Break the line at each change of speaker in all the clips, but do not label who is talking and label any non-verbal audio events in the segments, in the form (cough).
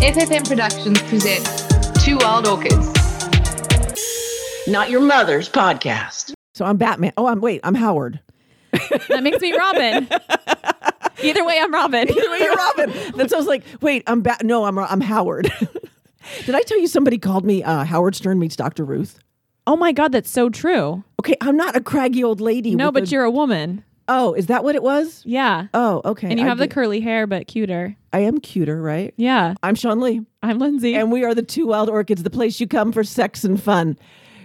FFM Productions presents Two Wild Orchids.
Not your mother's podcast.
So I'm Batman. Oh, I'm wait, I'm
(laughs)
Howard.
That makes me Robin. Either way, I'm Robin.
Wait, You're (laughs) Robin. That's I was like, wait, I'm Bat. No, I'm I'm Howard. (laughs) Did I tell you somebody called me uh, Howard Stern meets Dr. Ruth?
Oh my God, that's so true.
Okay, I'm not a craggy old lady.
No,
with
but
the-
you're a woman.
Oh, is that what it was?
Yeah.
Oh, okay.
and you
I
have the
get-
curly hair, but cuter.
I am cuter, right?
Yeah.
I'm Sean Lee,
I'm Lindsay.
and we are the Two Wild Orchids, the place you come for sex and fun.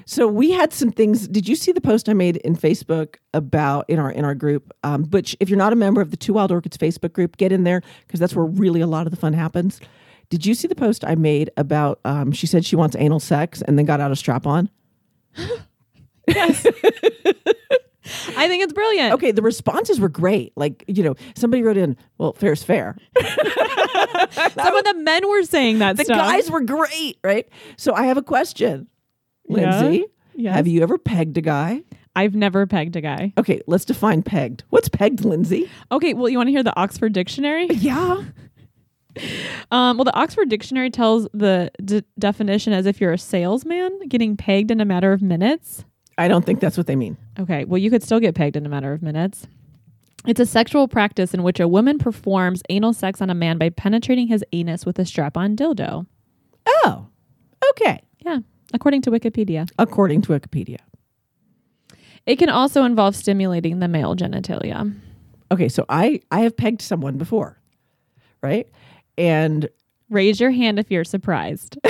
So we had some things. Did you see the post I made in Facebook about in our in our group? Um, which, if you're not a member of the Two Wild Orchids Facebook group, get in there because that's where really a lot of the fun happens. Did you see the post I made about? Um, she said she wants anal sex and then got out a strap on.
I think it's brilliant.
Okay, the responses were great. Like you know, somebody wrote in, "Well, fair's
(laughs)
fair."
Some of the men were saying that
The
stuff.
guys were great, right? So I have a question,
Yeah.
Lindsay.
Yes.
Have you ever pegged a guy?
I've never pegged a guy.
Okay, let's define pegged. What's pegged, Lindsay?
Okay, well, you want to hear the
(laughs)
Oxford Dictionary?
Yeah.
Um, well, the Oxford Dictionary tells the d- definition as if you're a salesman getting pegged in a matter of minutes.
I don't think that's what they mean.
Okay, well, you could still get pegged in a matter of minutes. It's a sexual practice in which a woman performs anal sex on a man by penetrating his anus with a strap on dildo.
Oh, okay.
Yeah, according to Wikipedia.
According to Wikipedia.
It can also involve stimulating the male genitalia.
Okay, so I I have pegged someone before, right? And
Raise your hand if you're surprised. (laughs)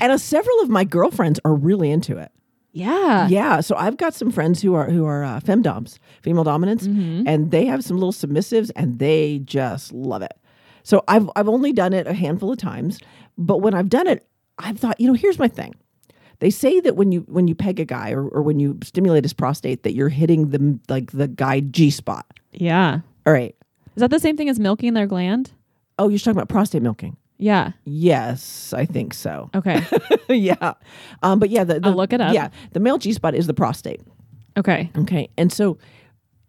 and uh, several of my girlfriends are really into it.
yeah.
yeah, so I've got some friends who are who are uh, femdoms, female dominance,
Mm-hmm.
and they have some little submissives, and they just love it. So I've I've only done it a handful of times, but when I've done it, I've thought, you know, here's my thing. They say that when you when you peg a guy or, or when you stimulate his prostate, that you're hitting the like the guy G spot.
Yeah.
All right.
Is that the same thing as milking their gland?
Oh, you're talking about prostate milking.
Yeah.
Yes, I think so. (laughs)
Okay.
yeah, um, but yeah, the, the
I'll look it up.
Yeah, the male G spot is the prostate.
okay.
Okay. And so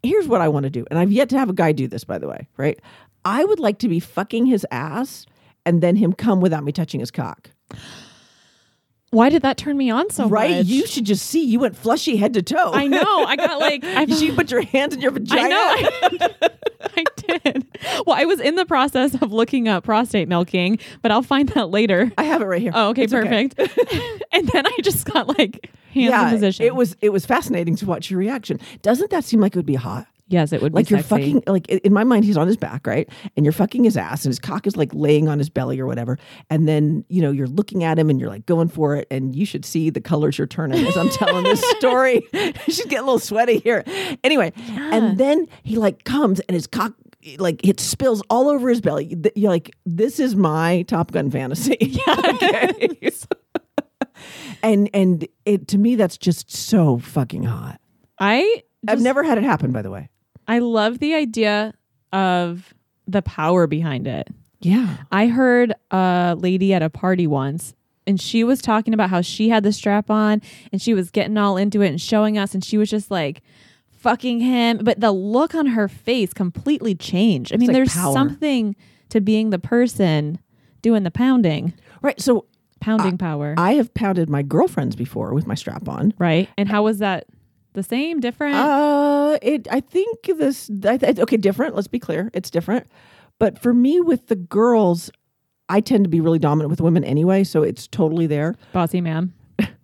here's what I want to do. And I've yet to have a guy do this, by the way, right? I would like to be fucking his ass and then him come without me touching his cock.
Why did that turn me on so
right?
much?
You should just see. You went flushy head to toe.
I know. I got like
(laughs)
I
You should put your hands in your vagina.
I know. (laughs) I did. Well, I was in the process of looking up prostate milking, but I'll find that later.
I have it right here.
Oh, okay,
It's
perfect. (laughs) and then I just got like hands
Yeah,
in position.
it was it was fascinating to watch your reaction. Doesn't that seem like it would be hot?
yes, it would
Like
be
you're
sexy.
fucking like i- in my mind he's on his back, right? And you're fucking his ass and his cock is like laying on his belly or whatever. And then, you know, you're looking at him and you're like going for it and you should see the colors you're turning as I'm telling this story. (laughs) She's getting a little sweaty here. Anyway, and then he like comes and his cock like it spills all over his belly. Th- You're like, this is my Top Gun fantasy. (laughs) Okay. (laughs) and and it to me that's just so fucking hot.
I
I've
just-
never had it happen, by the way.
I love the idea of the power behind it.
Yeah.
I heard a lady at a party once and she was talking about how she had the strap on and she was getting all into it and showing us and she was just like fucking him but the look on her face completely changed. I mean
like
there's
power.
something to being the person doing the pounding,
Right. So
pounding
Uh,
power,
I have pounded my girlfriends before with my strap on.
right? And how was that the same different?
Uh, it. I think this. I th- okay, different. Let's be clear. It's different. But for me, with the girls, I tend to be really dominant with women anyway, so it's totally there.
Bossy ma'am.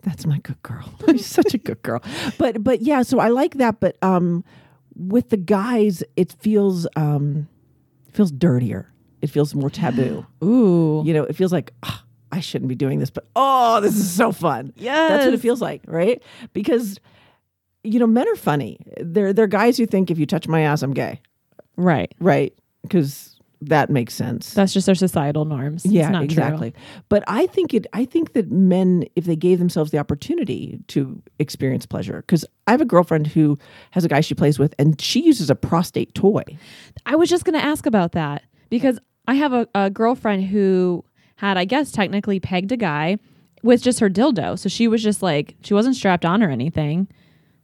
That's my good girl. (laughs) She's such a good girl. But but yeah, so I like that. But um, with the guys, it feels um, feels dirtier. It feels more taboo.
Ooh.
you know, it feels like "Ah, I shouldn't be doing this, but oh, this is so fun. Yeah, that's what it
Yes.
feels like, right? Because you know, men are funny. They're they're guys who think if you touch my ass, I'm gay,
Right.
right? Because that makes sense.
That's just our societal norms.
yeah,
it's not
exactly. But I think it. I think that men, if they gave themselves the opportunity to experience pleasure, because I have a girlfriend who has a guy she plays with, and she uses a prostate toy.
I was just going to ask about that because I have a, a girlfriend who had, I guess, technically pegged a guy with just her dildo. So she was just like, she wasn't strapped on or anything.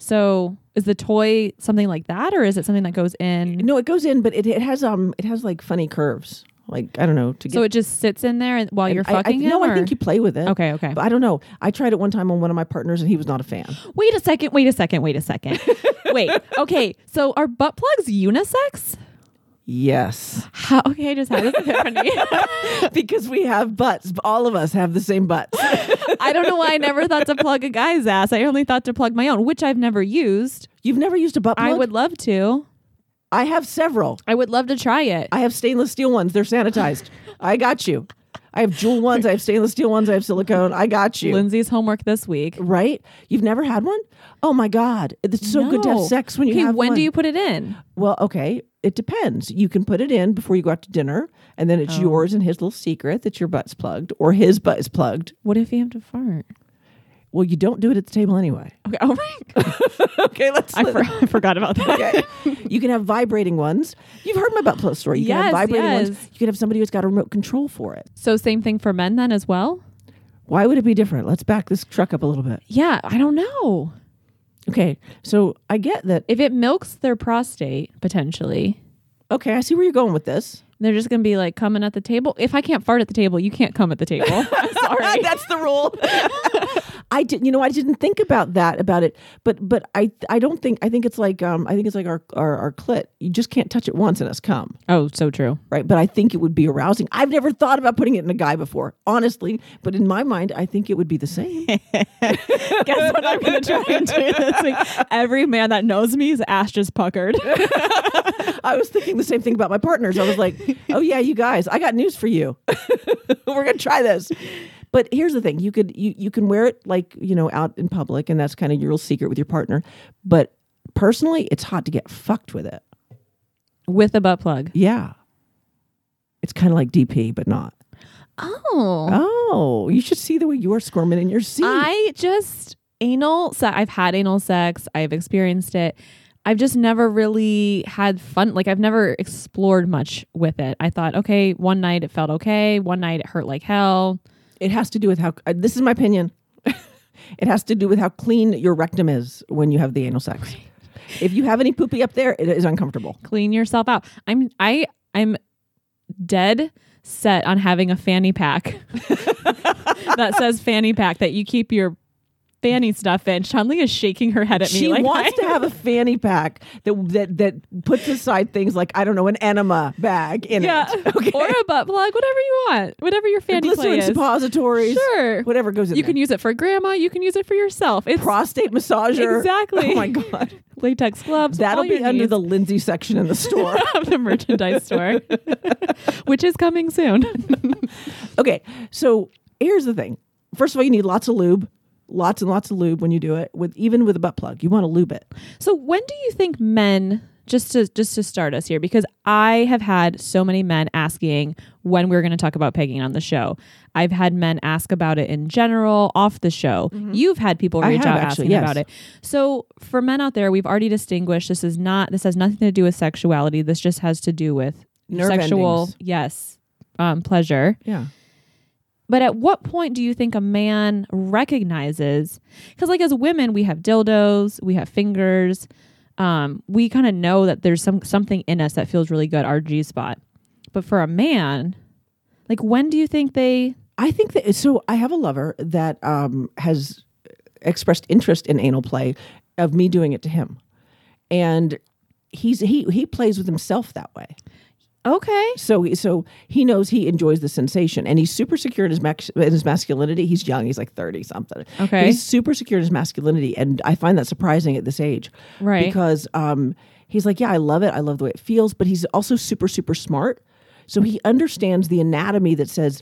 So is the toy something like that, or is it something that goes in?
No, it goes in, but it, it has um it has like funny curves. Like I don't know to get.
So it just sits in there and, while you're
I- I-
fucking him.
no, I
or-
think you play with it.
Okay, okay.
But I don't know. I tried it one time on one of my partners, and he was not a fan.
Wait a second. Wait a second. Wait a (laughs) second. wait. Okay. So are butt plugs unisex?
Yes,
(laughs) How? Okay, I just had this epiphany.
because we have butts. All of us have the same butts.
(laughs) (laughs) I don't know why I never thought to plug a guy's ass. I only thought to plug my own, which I've never used.
You've never used a butt plug.
I would love to.
I have several.
I would love to try it.
I have stainless steel ones. They're sanitized. I got you. I have jewel ones. I have stainless steel ones. I have silicone. I got you.
Lindsay's homework this week.
right? You've never had one? Oh my God. It's so good to have
No.
sex when you
okay,
have
when
one.
do you put it in?
Well, okay. It depends. You can put it in before you go out to dinner, and then
Oh.
it's yours and his little secret that your butt's plugged or his butt is plugged.
What if you have to fart?
Well, you don't do it at the table
(laughs)
anyway.
Okay.
(laughs)
Oh my God.
okay, let's.
I, for- I forgot about that.
Okay. (laughs) you can have vibrating ones. You've heard my butt plug story. You can have
Yes,
vibrating
yes.
ones. You can have somebody who's got a remote control for it.
So same thing for men then as well?
Why would it be different? Let's back this truck up a little bit.
Yeah, I don't know.
Okay, so I get that.
If it milks their prostate potentially,
Okay, I see where you're going with
(laughs)
this.
they're just gonna be like coming at the table. If I can't fart at the table, you can't come at the table. (laughs) I'm
(laughs)
sorry.
That's the rule. I didn't, you know, I didn't think about that about it, but but I I don't think I think it's like um I think it's like our our, our clit. You just can't touch it once and it's come
oh, so (laughs) true.
right. But I think it would be arousing. I've never thought about putting it in a guy before, honestly. But in my mind, I think it would be the
(laughs)
same.
Guess what I'm gonna try and (laughs) do this week? Every man that knows me is ash just (laughs) puckered.
I was thinking the same thing about my partners. I was like, oh yeah, you guys, I got news for you. (laughs) We're gonna try this. But here's the thing: you could you you can wear it like you know out in public, and that's kind of your little secret with your partner. But personally, it's hot to get fucked with it.
With a butt plug.
Yeah, it's kind of like DP, but not.
Oh.
Oh, you should see the way you are squirming in your seat.
I just anal so I've had anal sex. I've experienced it. I've just never really had fun. Like I've never explored much with it. I thought, okay, one night it felt okay. One night it hurt like hell.
it has to do with how. Uh, this is my opinion. (laughs) it has to do with how clean your rectum is when you have the anal sex. If you have any poopy up there, it is uncomfortable.
Clean yourself out. I'm I I'm dead set on having a fanny pack (laughs) that says fanny pack that you keep your fanny stuff in. Shanley is shaking her head at me
she
like
wants
I-
to
(laughs)
have a fanny pack that that that puts aside things like I don't know an enema bag in
yeah,
it, (laughs) okay,
or a butt plug, whatever you want, whatever your fanny play
glycerin
is.
suppositories,
Sure.
whatever goes in.
You
there.
can use it for grandma. You can use it for yourself. It's
prostate massager.
Exactly.
Oh my god,
latex gloves.
that'll
all your
be under
(laughs) needs
the Lindsay section in the store.
of the
(laughs)
merchandise store, which is coming soon.
okay, so here's the thing. First of all, you need lots of lube, lots and lots of lube when you do it. With even with a butt plug, you want to lube it.
so when do you think men just to just to start us here because I have had so many men asking when we're going to talk about pegging on the show. I've had men ask about it in general off the show. You've had people
Mm-hmm. I
reach
have,
out
actually,
asking
yes.
about it. So for men out there, we've already distinguished this is not this has nothing to do with sexuality. This just has to do with
Nerve
sexual
endings.
yes um, pleasure.
Yeah.
But at what point do you think a man recognizes? Because, like, as women, we have dildos, we have fingers. Um, we kind of know that there's some something in us that feels really good, our G spot. But for a man, like, when do you think they?
I think that so. I have a lover that um, has expressed interest in anal play of me doing it to him, and he's he he plays with himself that way.
Okay.
So he- so he knows he enjoys the sensation, and he's super secure in his max, in his masculinity. He's young; he's like thirty something.
Okay.
he's super secure in his masculinity, and I find that surprising at this age,
Right.
Because um, he's like, yeah, I love it. I love the way it feels, but he's also super super smart. So he understands the anatomy that says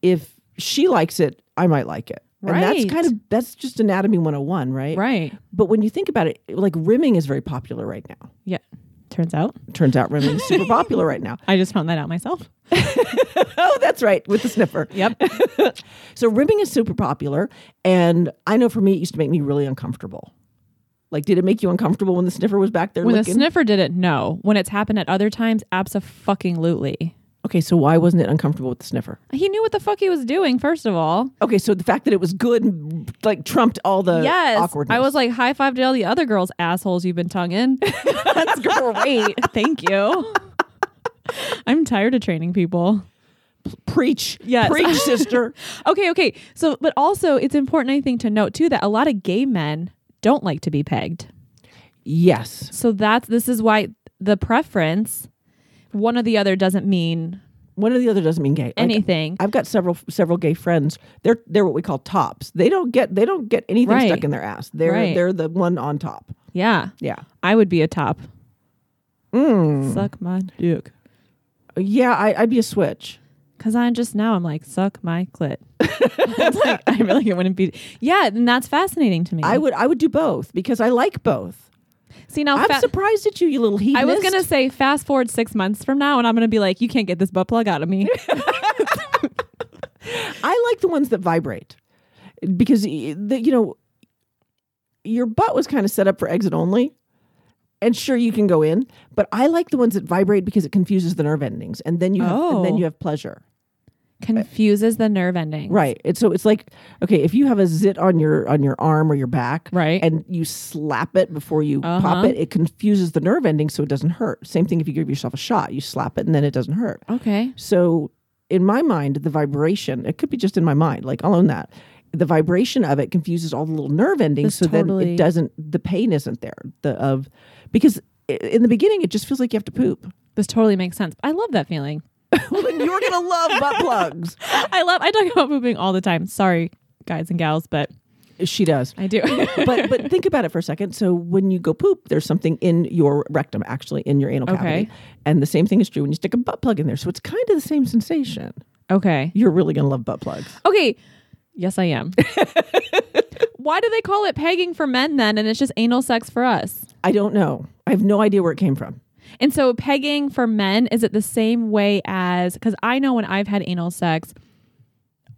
if she likes it, I might like it. And that's
Right.
kind of that's just anatomy 101, right?
Right.
But when you think about it, like rimming is very popular right now.
Yeah. Turns out,
Turns out rimming is super popular right now.
I just found that out myself.
Oh, that's right, with the sniffer.
Yep.
(laughs) So rimming is super popular, and I know for me, it used to make me really uncomfortable. Like, did it make you uncomfortable when the sniffer was back there
when the
looking?
sniffer did it, no. When it's happened at other times, abso fucking lutely.
Okay, so why wasn't it uncomfortable with the sniffer?
He knew what the fuck he was doing, first of all.
Okay, so the fact that it was good like trumped all the
yes.
awkwardness.
I was like, high five to all the other girls' assholes you've
(laughs)
been tonguing. That's great. Thank you. I'm tired of training people.
preach,
Yes. (laughs)
preach, sister.
Okay, okay. So, but also, it's important, I think, to note too that a lot of gay men don't like to be pegged.
yes,
So that's this is why the preference, one or the other, doesn't mean
one or the other doesn't mean gay. Like,
anything.
I've got several several gay friends. They're they're what we call tops. They don't get they don't get anything
Right.
stuck in their ass. They're
Right.
they're the one on top.
yeah,
Yeah.
I would be a top.
Mm.
Suck my dick.
Yeah, I, I'd be a switch.
Cause I'm just now I'm like suck my clit. (laughs) It's like, I really wouldn't be. Yeah, and that's fascinating to me.
I would I would do both because I like both.
see now.
I'm
fa-
surprised at you, you little
I
hedonist.
was gonna say fast forward six months from now, and I'm gonna be like, you can't get this butt plug out of
(laughs)
me.
I like the ones that vibrate because y- the, you know your butt was kind of set up for exit only. And sure, you can go in, but I like the ones that vibrate because it confuses the nerve endings, and then you have, and then
Oh.
you have pleasure.
Confuses the nerve ending.
Right. It's so it's like okay, if you have a zit on your on your arm or your back,
Right.
and you slap it before you pop
Uh-huh.
it, it confuses the nerve ending, so it doesn't hurt. Same thing if you give yourself a shot, you slap it and then it doesn't hurt.
Okay.
So in my mind, the vibration, it could be just in my mind, like I'll own that. The vibration of it confuses all the little nerve endings,
That's
so then it
totally-
doesn't. The pain isn't there. The of because i- in the beginning it just feels like you have to poop.
This totally makes sense. I love that feeling.
well, then you're gonna love
(laughs)
butt plugs.
I love. I talk about pooping all the time. Sorry, guys and gals, but
She does.
I do. (laughs)
but but think about it for a second. So when you go poop, there's something in your rectum, actually in your anal cavity,
Okay.
and the same thing is true when you stick a butt plug in there. So it's kind of the same sensation.
okay.
You're really gonna love butt plugs.
Okay. Yes, I
(laughs)
am. Why do they call it pegging for men then, and it's just anal sex for us?
I don't know. I have no idea where it came from.
And so pegging for men is it the same way as because I know when I've had anal sex,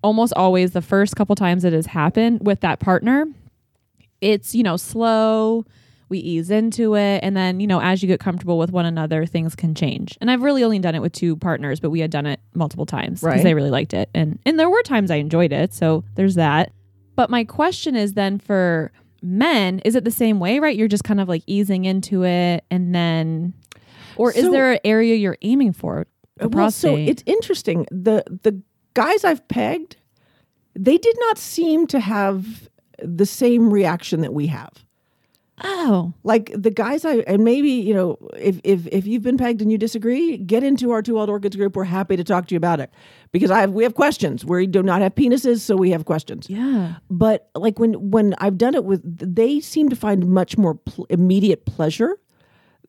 almost always the first couple times it has happened with that partner, it's you know slow. We ease into it, and then you know as you get comfortable with one another, things can change. And I've really only done it with two partners, but we had done it multiple times because
Right.
they really liked it, and and there were times I enjoyed it. So there's that. But my question is then for men, is it the same way, right? You're just kind of like easing into it and then or is
So- Uh,
there an area you're aiming for? The
well,
prostate.
so it's interesting. The the guys I've pegged, they did not seem to have the same reaction that we have.
oh,
Like the guys I and maybe, you know, if if if you've been pegged and you disagree, get into our two old orchids group. We're happy to talk to you about it. Because I have we have questions. We do not have penises, so we have questions.
yeah.
But like when when I've done it with they seem to find much more pl- immediate pleasure.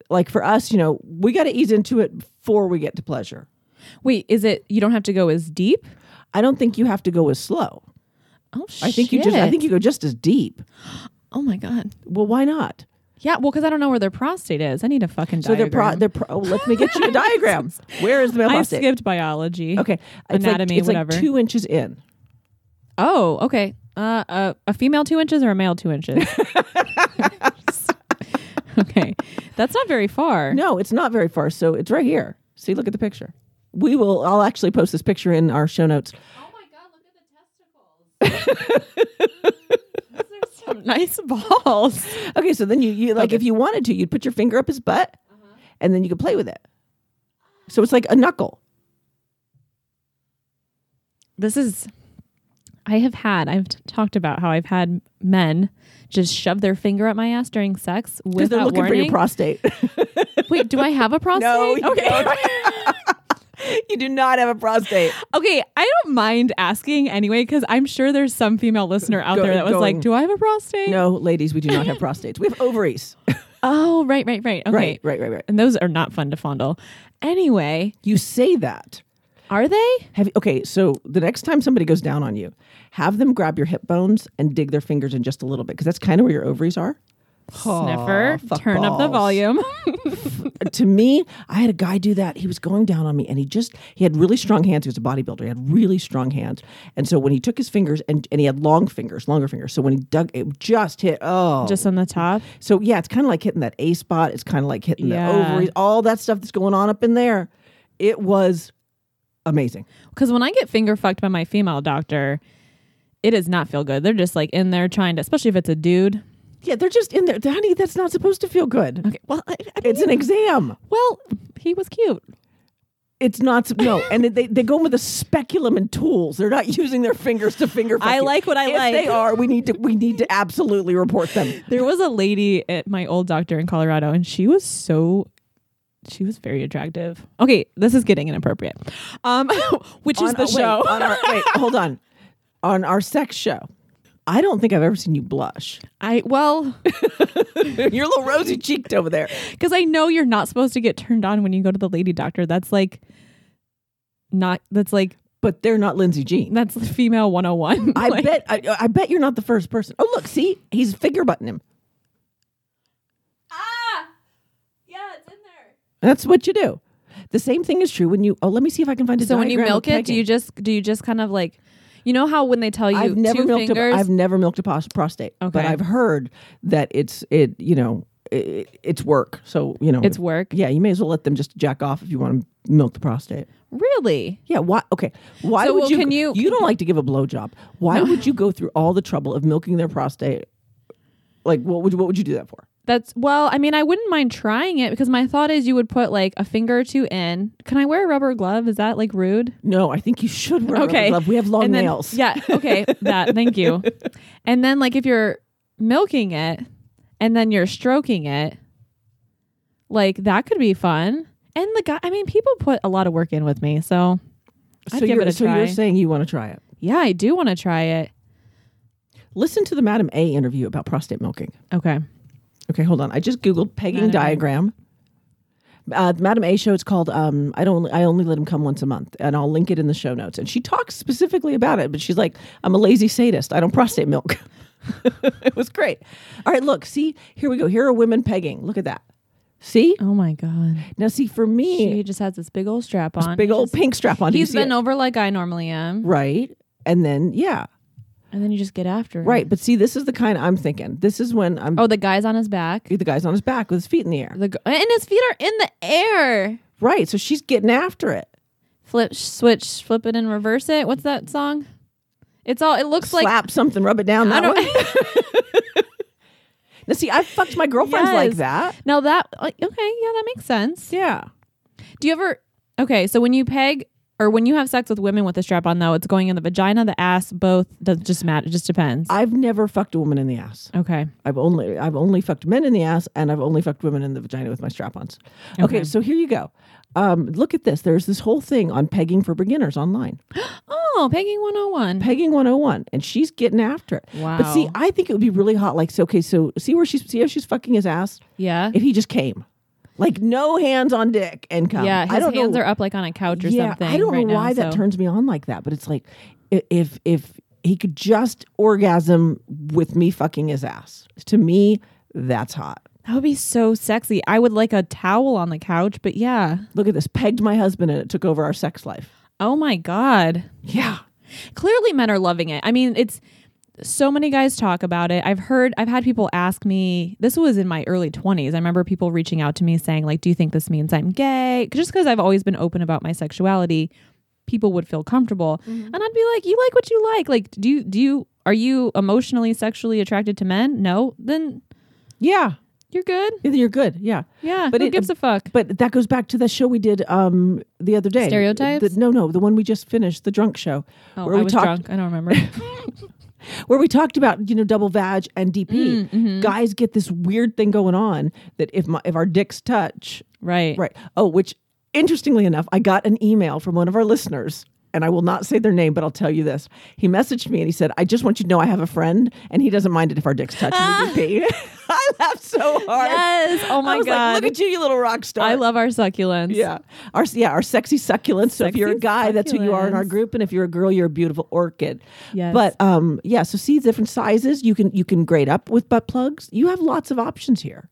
Like for us, you know, we got to ease into it before we get to pleasure.
Wait, is it you don't have to go as deep?
I don't think you have to go as slow.
Oh
I think you just I think you go just as deep.
Oh my god.
Well, why not?
Yeah, well cuz I don't know where their prostate is. I need a fucking
So they're pro,
diagram.
they're pro, oh, let me get you
(laughs)
a diagram. Where is the male
I
prostate?
skipped biology.
Okay. It's
Anatomy,
like, it's
whatever.
like two inches in.
Oh, okay. Uh, uh, a female two inches or a male two inches?
(laughs)
(laughs) okay, that's not very far.
No, it's not very far. So it's right here. See, look at the picture. We will, I'll actually post this picture in our show notes.
Some nice balls.
Okay. So then you, you like, if you wanted to, you'd put your finger up his butt and then you could play with it. So it's like a knuckle.
This is. I have had. I've t- talked about how I've had men just shove their finger up my ass during sex
Because they're
without
looking for
warning.
your
(laughs)
prostate. (laughs)
Wait, do I have a prostate?
you
okay.
(laughs) you do not have a prostate.
Okay, I don't mind asking anyway because I'm sure there's some female listener out
Go-
there that was
going-
like, "Do I have a prostate?"
No, ladies, we do not have prostates. We have ovaries.
Oh, right, right, right. Okay.
Right, right, right, right.
And those are not fun to fondle. Anyway,
You say that.
are they?
Have okay, so the next time somebody goes down on you, have them grab your hip bones and dig their fingers in just a little bit because that's kind of where your ovaries are.
Sniffer,
fuck
turn up the
balls.
volume.
Uh, to me, I had a guy do that. He was going down on me and he just he had really strong hands. He was a bodybuilder. He had really strong hands. And so when he took his fingers and, and he had long fingers, longer fingers. So when he dug it (laughs) just hit oh
Just on the top.
So yeah, it's kind of like hitting that A spot. It's kind of like hitting
Yeah.
the ovaries, all that stuff that's going on up in there. It was amazing.
Because when I get finger fucked by my female doctor, it does not feel good. They're just like in there trying to, especially if it's a dude.
Yeah, they're just in there. Honey, that's not supposed to feel good.
Okay, well, I, I
It's an exam.
well, he was cute.
It's not sup- no, and they they go in with a speculum and tools. They're not using their fingers to finger. fuck
I
you.
like what I
If
like.
They are. We need to we need to absolutely report (laughs) them.
There was a lady at my old doctor in Colorado, and she was so. She was very attractive. Okay, this is getting inappropriate. Um, (laughs) which is
On-
the
wait,
show.
on our- wait, hold on. On our sex show, I don't think I've ever seen you blush.
(laughs) I well,
(laughs) You're a little rosy cheeked over there.
because I know you're not supposed to get turned on when you go to the lady doctor. That's like not. That's like
But they're not Lindsay Jean.
that's (laughs) female 101.
(laughs) I
Like,
bet I, I bet you're not the first person. Oh look, see, he's figure butting him. Ah, yeah, it's in there. That's what you do. The same thing is true when you. Oh, let me see if I can find a.
So when you
diagram of
milk it, do
pegging.
you just do you just kind of like, you know how when they tell you
I've never
two
milked.
fingers,
A, I've never milked a pos- prostate. but
Okay.
I've heard that it's it. You know, it, it's work. So you know,
it's work.
Yeah, you may as well let them just jack off if you want to milk the prostate.
Really?
Yeah. Why? Okay. Why
So,
would
well,
you?
can you-
don't like to give a blowjob. Why would you go through all the trouble of milking their prostate? Like, what would you, what would you do that for?
That's well, I mean, I wouldn't mind trying it because my thought is you would put like a finger or two in. Can I wear a rubber glove? Is that like rude?
No, I think you should wear
Okay.
a glove. We have long
And then-
nails.
Yeah.
(laughs)
Okay. That. Thank you. And then like if you're milking it and then you're stroking it, like that could be fun. And the guy, I mean, people put a lot of work in with me, so
so
I'd give
you're,
it a
so
try.
you're saying you want to try it?
yeah, I do want to try it.
Listen to the Madam A interview about prostate milking.
Okay.
Okay, hold on. I just googled pegging diagram. Uh, the Madam A show. It's called um, I don't. I only let him come once a month, and I'll link it in the show notes. And she talks specifically about it, but she's like, "I'm a lazy sadist. I don't prostate milk." (laughs) it was great. All right, look, see, here we go. Here are women pegging. Look at that. See
Oh my god.
now, see for me,
She just has this big old strap on.
big old pink strap on. Do you
He's
see it?
bent over like I normally am,
right, and then yeah,
and then you just get after it.
right. But see, this is the kind I'm thinking. This is when I'm.
Mm. Oh, the guy's on his back.
The guy's on his back with his feet in the air.
The g- and his feet are in the air.
Right. So she's getting after it.
Flip, switch, flip it and reverse it. What's that song? It's all. It looks like
slap something, rub it down.
I
That
don't. (laughs)
one. Now, see, I fucked my girlfriends like
Yes.
that.
now that uh, okay, yeah, that makes sense.
Yeah.
Do you ever? Okay, so when you peg or when you have sex with women with a strap on, though, it's going in the vagina, the ass, both. Does just matter. It just depends.
I've never fucked a woman in the ass.
okay.
I've only I've only fucked men in the ass, and I've only fucked women in the vagina with my strap-ons. Okay,
Okay.
so here you go. Um, look at this. There's this whole thing on pegging for beginners
(gasps)
online.
Oh, pegging one hundred and one.
Pegging 101, and she's getting after it. But see,
Wow.
I think it would be really hot. Like, so okay, so see where she's see how she's fucking his ass
yeah.
if he just came, like no hands on dick and come.
Yeah, his
I don't
hands
know.
are up like on a couch or something.
I don't
right
know
now,
why that
so-
turns me on like that, but it's like i- if if he could just orgasm with me fucking his ass. To me, that's hot.
That would be so sexy. I would like a towel on the couch, but yeah.
Look at this. Pegged my husband and it took over our sex life.
Oh my god.
Yeah.
Clearly men are loving it. I mean, it's so many guys talk about it. I've heard I've had people ask me, this was in my early 20s. I remember people reaching out to me saying like, "Do you think this means I'm gay?" 'Cause- Just cuz I've always been open about my sexuality, people would feel comfortable. And I'd be like, "You like what you like. Like, do you do you are you emotionally sexually attracted to men? No? Then
Yeah.
you're good."
You're good. Yeah.
Yeah,
But
who
it-
gives a fuck?
But that goes back to the show we did um the other day.
Stereotypes?
The- no, no, the one we just finished, the drunk show.
Oh,
where
I
we
was
talked
drunk. I don't
(laughs)
remember.
where we talked about you know double vag and
Mm,
DP.
mm-hmm.
Guys get this weird thing going on that if my if our dicks touch,
right.
Right. Oh, which interestingly enough, I got an email from one of our listeners. And I will not say their name, but I'll tell you this. He messaged me and he said, I just want you to know I have a friend and he doesn't mind it if our dicks touch.
(laughs)
and we do pee." (laughs) I laughed so hard.
Yes. Oh my
I was
god.
Like, Look at you, you little rock star.
I love our succulents.
Yeah. Our yeah, our sexy succulents. so if you're a
Sexy
guy, that's who you are in our
succulents.
group. And if you're a girl, you're a beautiful orchid.
Yes.
But um yeah, so see different sizes. You can you can grade up with butt plugs. You have lots of options here.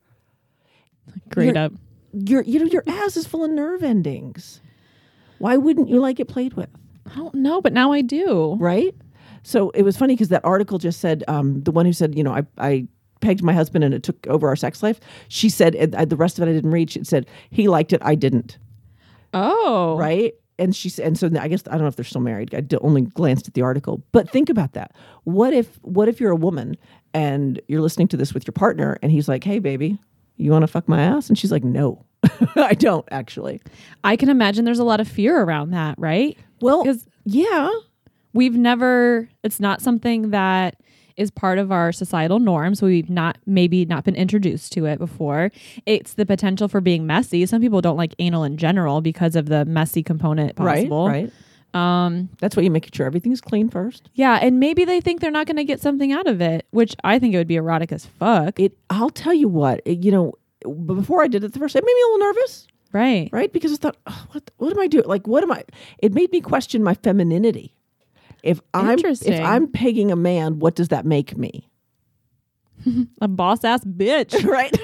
Great
You're-
up.
your you know your ass is full of nerve endings. Why wouldn't you like it played with,
I don't know, but now I do.
right? So it was funny because that article just said um, the one who said you know I I pegged my husband and it took over our sex life. She said and I, the rest of it I didn't read. She said he liked it, I didn't.
Oh.
Right? and she s- and so I guess I don't know if they're still married. I d- only glanced at the article, but think about that. What if what if you're a woman and you're listening to this with your partner and he's like, "Hey, baby, you want to fuck my ass?" And she's like, "No, (laughs) I don't actually."
I can imagine there's a lot of fear around that, right?
Well,
'Cause-
yeah,
We've never, it's not something that is part of our societal norms. We've not, maybe not been introduced to it before. It's the potential for being messy. Some people don't like anal in general because of the messy component possible.
right, right. Um, that's why you make sure everything's clean first.
Yeah. And maybe they think they're not going to get something out of it, which I think it would be erotic as fuck.
It. I'll tell you what. It, you know, but before I did it the first, it made me a little nervous.
right.
right? Because I thought, oh, what what am I doing? Like, what am I? It made me question my femininity. If I'm if
Interesting.
I'm pegging a man, what does that make me? (laughs)
A boss ass bitch.
Right?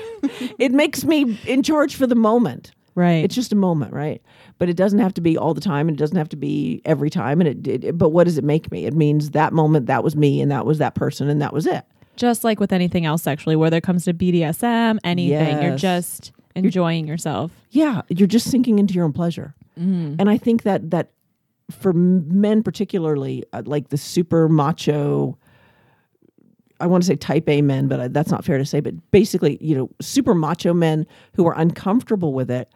it makes me in charge for the moment.
(laughs) right.
It's just a moment, right? But it doesn't have to be all the time, and it doesn't have to be every time. And it, it, it but what does it make me? It means that moment, that was me, and that was that person, and that was it.
just like with anything else sexually, whether it comes to BDSM, anything, you're
Yes.
just enjoying yourself.
yeah you're just sinking into your own pleasure and i think that that for m- men particularly uh, like the super macho i want to say type a men but I, that's not fair to say but basically you know super macho men who are uncomfortable with it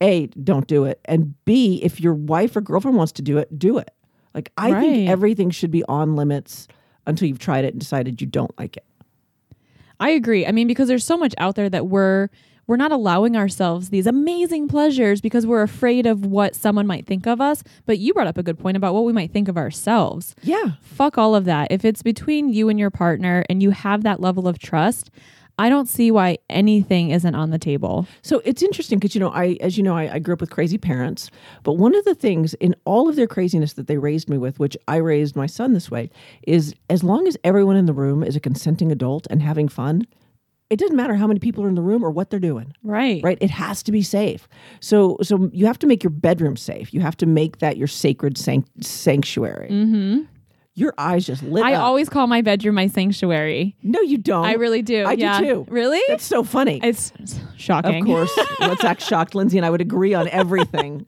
a don't do it and b if your wife or girlfriend wants to do it do it like i
Right.
think everything should be on limits until you've tried it and decided you don't like it
I agree. I mean, because there's so much out there that we're we're not allowing ourselves these amazing pleasures because we're afraid of what someone might think of us. But you brought up a good point about what we might think of ourselves.
yeah
Fuck all of that. If it's between you and your partner and you have that level of trust, I don't see why anything isn't on the table.
So it's interesting because you know I, as you know, I, I grew up with crazy parents. But one of the things in all of their craziness that they raised me with, which I raised my son this way, is as long as everyone in the room is a consenting adult and having fun, it doesn't matter how many people are in the room or what they're doing
Right.
right it has to be safe so so you have to make your bedroom safe you have to make that your sacred sanct- sanctuary mm-hmm. your eyes just lit
Mm. I
up.
always call my bedroom my sanctuary.
no you don't
I really do.
Oh, i
yeah.
do too
Really?
that's so funny
It's shocking.
of course let's
(laughs)
act shocked lindsay and i would agree on everything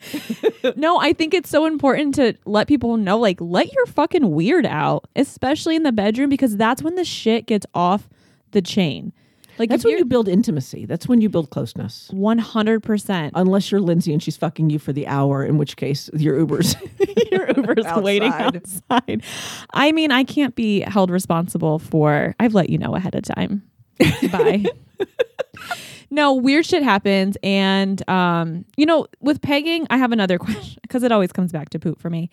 No, I think it's so important to let people know, like, let your fucking weird out, especially in the bedroom, because that's when the shit gets off the chain. Like,
That's
if
when
you're
you build intimacy. That's when you build closeness.
100%
Unless you're Lindsay and she's fucking you for the hour, in which case your Uber's. (laughs)
(laughs) your Uber's waiting
Outside.
outside. I mean, I can't be held responsible for, I've let you know ahead of time. Bye. no, weird shit happens. And, um, you know, with pegging, I have another (laughs) question because it always comes back to poop for me.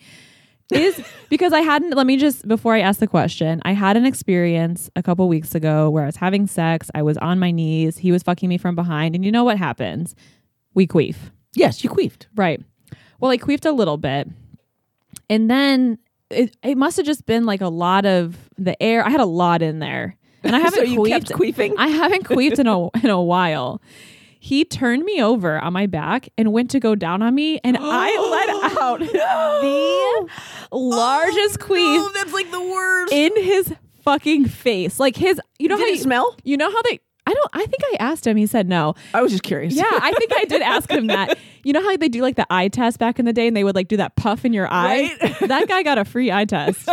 Is because I hadn't, let me just, before I ask the question, I had an experience a couple weeks ago where I was having sex. I was on my knees. He was fucking me from behind. And you know what happens? We queef.
yes, you queefed.
Right. Well, I queefed a little bit. And then it, it must have just been like a lot of the air. I had a lot in there. And
(laughs)
I haven't
you
queefed.
kept queefing?
I haven't queefed in a
(laughs)
in a while. He turned me over on my back and went to go down on me
(gasps)
and I let out the largest
Oh,
queef
that's like the worst.
in his fucking face. Like his you know
Did
how
it
you,
smell?
You know how they I don't I think I asked him, he said no.
I was just curious.
(laughs) Yeah, I think I did ask him that. You know how they do like the eye test back in the day and they would like do that puff in your eye?
(laughs)
That guy got a free eye test.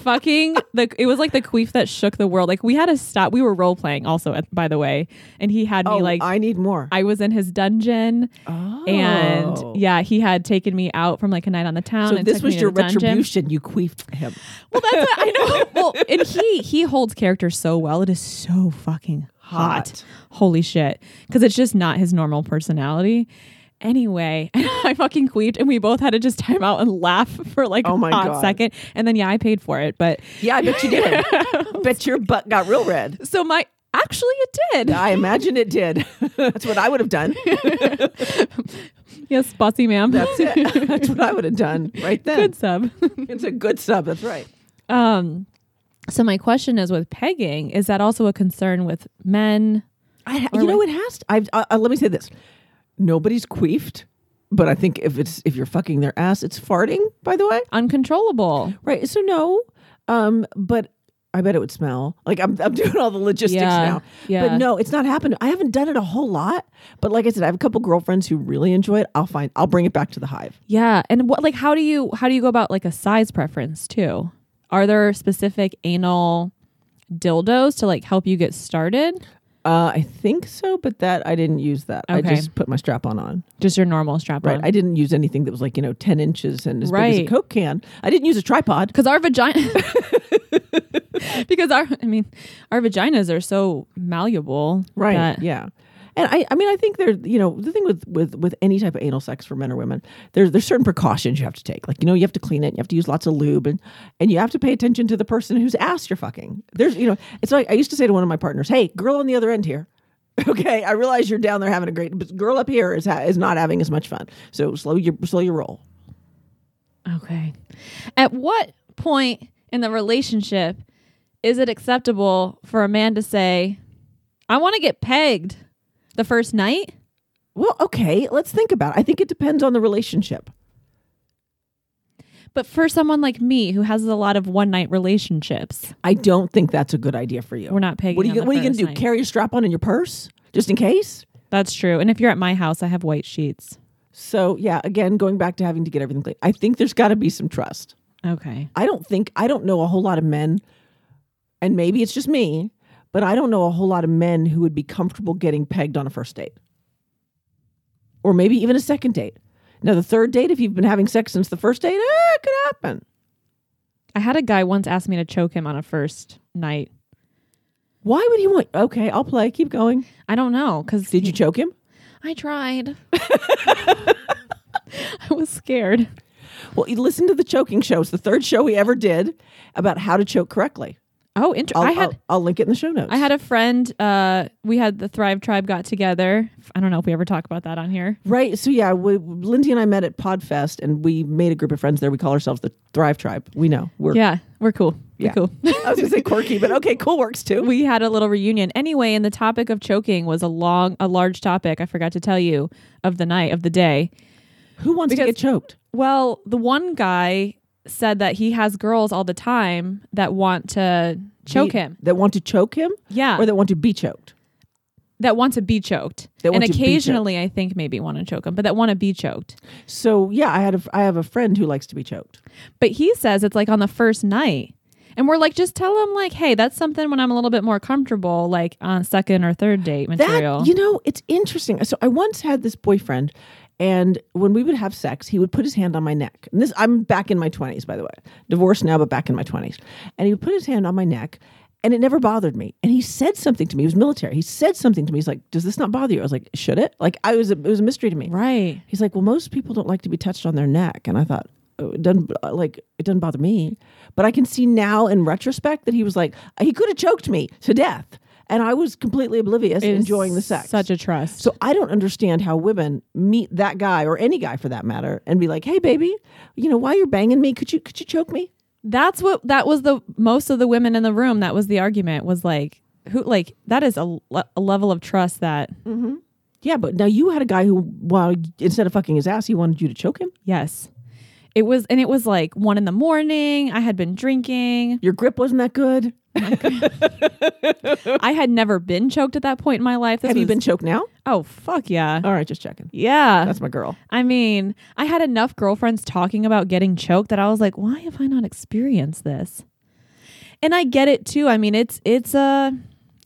Fucking the it was like the queef that shook the world. Like we had to stop. We were role playing also at, by the way, and he had me
(laughs) Oh,
like
I need more.
I was in his dungeon
Oh.
and yeah, he had taken me out from like a night on the town
so
and
this
took
was
me to
your
the dungeon.
retribution. You queefed him.
Well, that's what I know. Well, and he he holds character so well. It is so fucking hot.
Hot.
Holy shit. Because it's just not his normal personality. Anyway, (laughs) I fucking queeped, and we both had to just time out and laugh for like
Oh my
a hot
God.
second. And then yeah, I paid for it. But
Yeah, I bet you
(laughs)
did. bet your butt got real red.
so my actually it did.
I imagine it did. (laughs) that's what I would have done.
(laughs) Yes, bossy ma'am.
That's it. (laughs) That's what I would have done right then.
(laughs) Good sub. (laughs)
It's a good sub. That's right.
um, so my question is with pegging, is that also a concern with men?
I, you know, it has. To, I've, I, I- let me say this: nobody's queefed, but I think if it's if you're fucking their ass, it's farting. By the way,
Uncontrollable.
right? So no, um, but I bet it would smell. Like I'm, I'm (laughs) doing all the logistics
Yeah,
now.
yeah.
But no, it's not happened. I haven't done it a whole lot. But like I said, I have a couple girlfriends who really enjoy it. I'll find. I'll bring it back to the hive.
Yeah, and what like how do you how do you go about like a size preference too? Are there specific anal dildos to like help you get started?
Uh, I think so, but that I didn't use that. I
Okay.
just put my strap on on.
Just your normal strap
Right.
on.
I didn't use anything that was like you know ten inches and as big
Right.
as a coke can. I didn't use a tripod.
because our vagina (laughs) because our i mean our vaginas are so malleable
right
that-
yeah and I, I mean i think there you know the thing with with with any type of anal sex for men or women there's there's certain precautions you have to take like you know you have to clean it you have to use lots of lube and and you have to pay attention to the person whose ass you're fucking there's you know it's like i used to say to one of my partners hey girl on the other end here (laughs) okay i realize you're down there having a great but girl up here is ha- is not having as much fun so slow your slow your roll
okay at what point in the relationship is it acceptable for a man to say i want to get pegged the first night
well okay let's think about it i think it depends on the relationship
but for someone like me who has a lot of one night relationships
i don't think that's a good idea for you
we're not pegging
what are you,
on the
what are you gonna
first
do
night.
carry a strap on in your purse just in case
that's true and if you're at my house i have white sheets
So yeah, again, going back to having to get everything clean. I think there's got to be some trust.
okay
I don't think I don't know a whole lot of men, and maybe it's just me, but I don't know a whole lot of men who would be comfortable getting pegged on a first date, or maybe even a second date. Now the third date, if you've been having sex since the first date, eh, it could happen.
i had a guy once ask me to choke him on a first night
Why would he want? Okay, I'll play. Keep going.
i don't know because
Did you choke him?
I
(laughs)
tried. (laughs) I was scared.
Well, you listen to the choking show. It's the third show we ever did about how to choke correctly.
Oh, inter-
I'll,
I had
I'll, I'll link it in the show notes.
I had a friend. Uh, we had the Thrive Tribe got together. I don't know if we ever talk about that on here.
Right. So yeah, we, Lindsay and I met at Podfest, and we made a group of friends there. We call ourselves the Thrive Tribe. We know we're
Yeah, we're cool. We're
Yeah.
cool.
(laughs) I was gonna say quirky, but okay, cool works too.
we had a little reunion anyway, and the topic of choking was a long, a large topic. I forgot to tell you of the night of the day.
Who wants to
Because-
get choked?
Well, the one guy said that he has girls all the time that want to choke
Be-
him.
That want to choke him,
Yeah,
or that want to be choked.
that want to be choked,
That
and
want to be choked.
occasionally I think maybe want to choke him, but that want to be choked.
So yeah, I had a, I have a friend who likes to be choked.
But he says it's like on the first night. And we're like, just tell him like, hey, that's something when I'm a little bit more comfortable, like on second or third date material.
That you know, it's interesting. So I once had this boyfriend, and when we would have sex, he would put his hand on my neck. And this, I'm back in my twenties, by the way, divorced now, but back in my twenties. And he would put his hand on my neck, and it never bothered me. And he said something to me. He was military. He said something to me. He's like, "Does this not bother you?" I was like, "Should it?" Like I was, a, it was a mystery to me.
right.
He's like, "Well, most people don't like to be touched on their neck," and I thought. "Oh, It doesn't like it doesn't bother me, but I can see now in retrospect that he was like he could have choked me to death, and I was completely oblivious,
It is
enjoying the sex.
Such a trust.
So I don't understand how women meet that guy or any guy for that matter and be like, "Hey, baby, you know, while you're banging me, could you could you choke me?"
that's what that was the most of the women in the room, that was the argument, was like who like that is a, le- a level of trust that
Yeah, but now you had a guy who, while instead of fucking his ass, he wanted you to choke him.
yes. It was and it was like one in the morning. I had been
(laughs)
drinking.
Your grip wasn't that good.
I had never been choked at that point in my life. This
Have you
was-
been choked now?
Oh fuck yeah.
All right, just checking.
yeah.
That's my girl.
I mean, I had enough girlfriends talking about getting choked that I was like, why have I not experienced this? And I get it too. I mean, it's it's uh,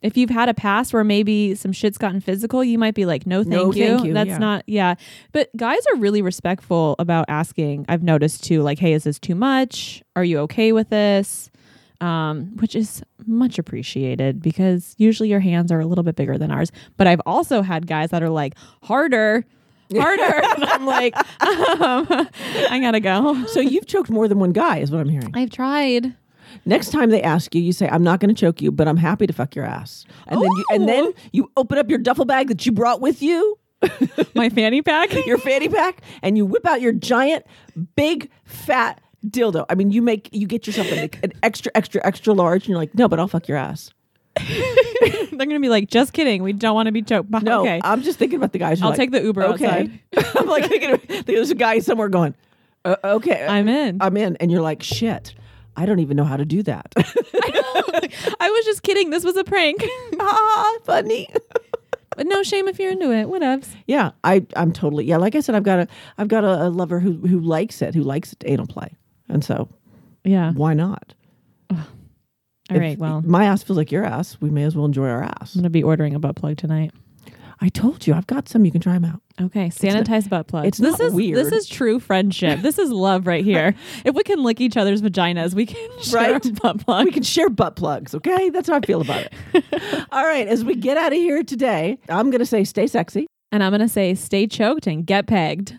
if you've had a past where maybe some shit's gotten physical, you might be like, no, thank
No,
you.
thank you,
That's
yeah.
not yeah. But guys are really respectful about asking. I've noticed too, like, hey, is this too much? Are you okay with this? Um, which is much appreciated because usually your hands are a little bit bigger than ours. But I've also had guys that are like
(laughs)
harder, harder. (laughs) and I'm like, um, (laughs) I gotta go.
So you've choked more than one guy, is what I'm hearing.
(gasps) I've tried.
Next time they ask you, you say, "I'm not going to choke you, but I'm happy to fuck your ass." And then you, and
Oh.
then you open up your duffel bag that you brought with you.
My fanny (laughs) pack.
your fanny pack and you whip out your giant, big, fat dildo. I mean, you make you get yourself an, an extra, extra, extra large, and you're like, no, but I'll fuck your ass.
They're gonna be like, just kidding. We don't want to be choked. by-"
No,
okay.
I'm just thinking about the guys. who are
I'll
like,
take the Uber
okay. (laughs) I'm like thinking of, there's a guy somewhere going, uh, okay,
I'm in.
I'm in, and you're like, shit. I don't even know how to do that. (laughs)
I was just kidding. This was a prank.
ah, funny.
(laughs) but no shame if you're into it. What ups?
Yeah, I I'm totally yeah. Like I said, I've got a I've got a, a lover who who likes it, who likes anal play, and so
Yeah.
why not?
All
If
right. Well, Mm. I'm
my ass feels like your ass. We may as well enjoy our ass.
gonna be ordering a butt plug tonight.
I told you, I've got some. You can try them out.
Okay, sanitized butt plugs.
it's
this
not
is
weird.
this is true friendship. this is love right
(laughs)
here. if we can lick each other's vaginas, we can (laughs) share a
Right.
butt plug.
We can share butt plugs, okay? That's how I feel about
(laughs)
it. All right, as we get out of here today, I'm gonna say stay sexy.
and I'm gonna say, stay choked and get pegged.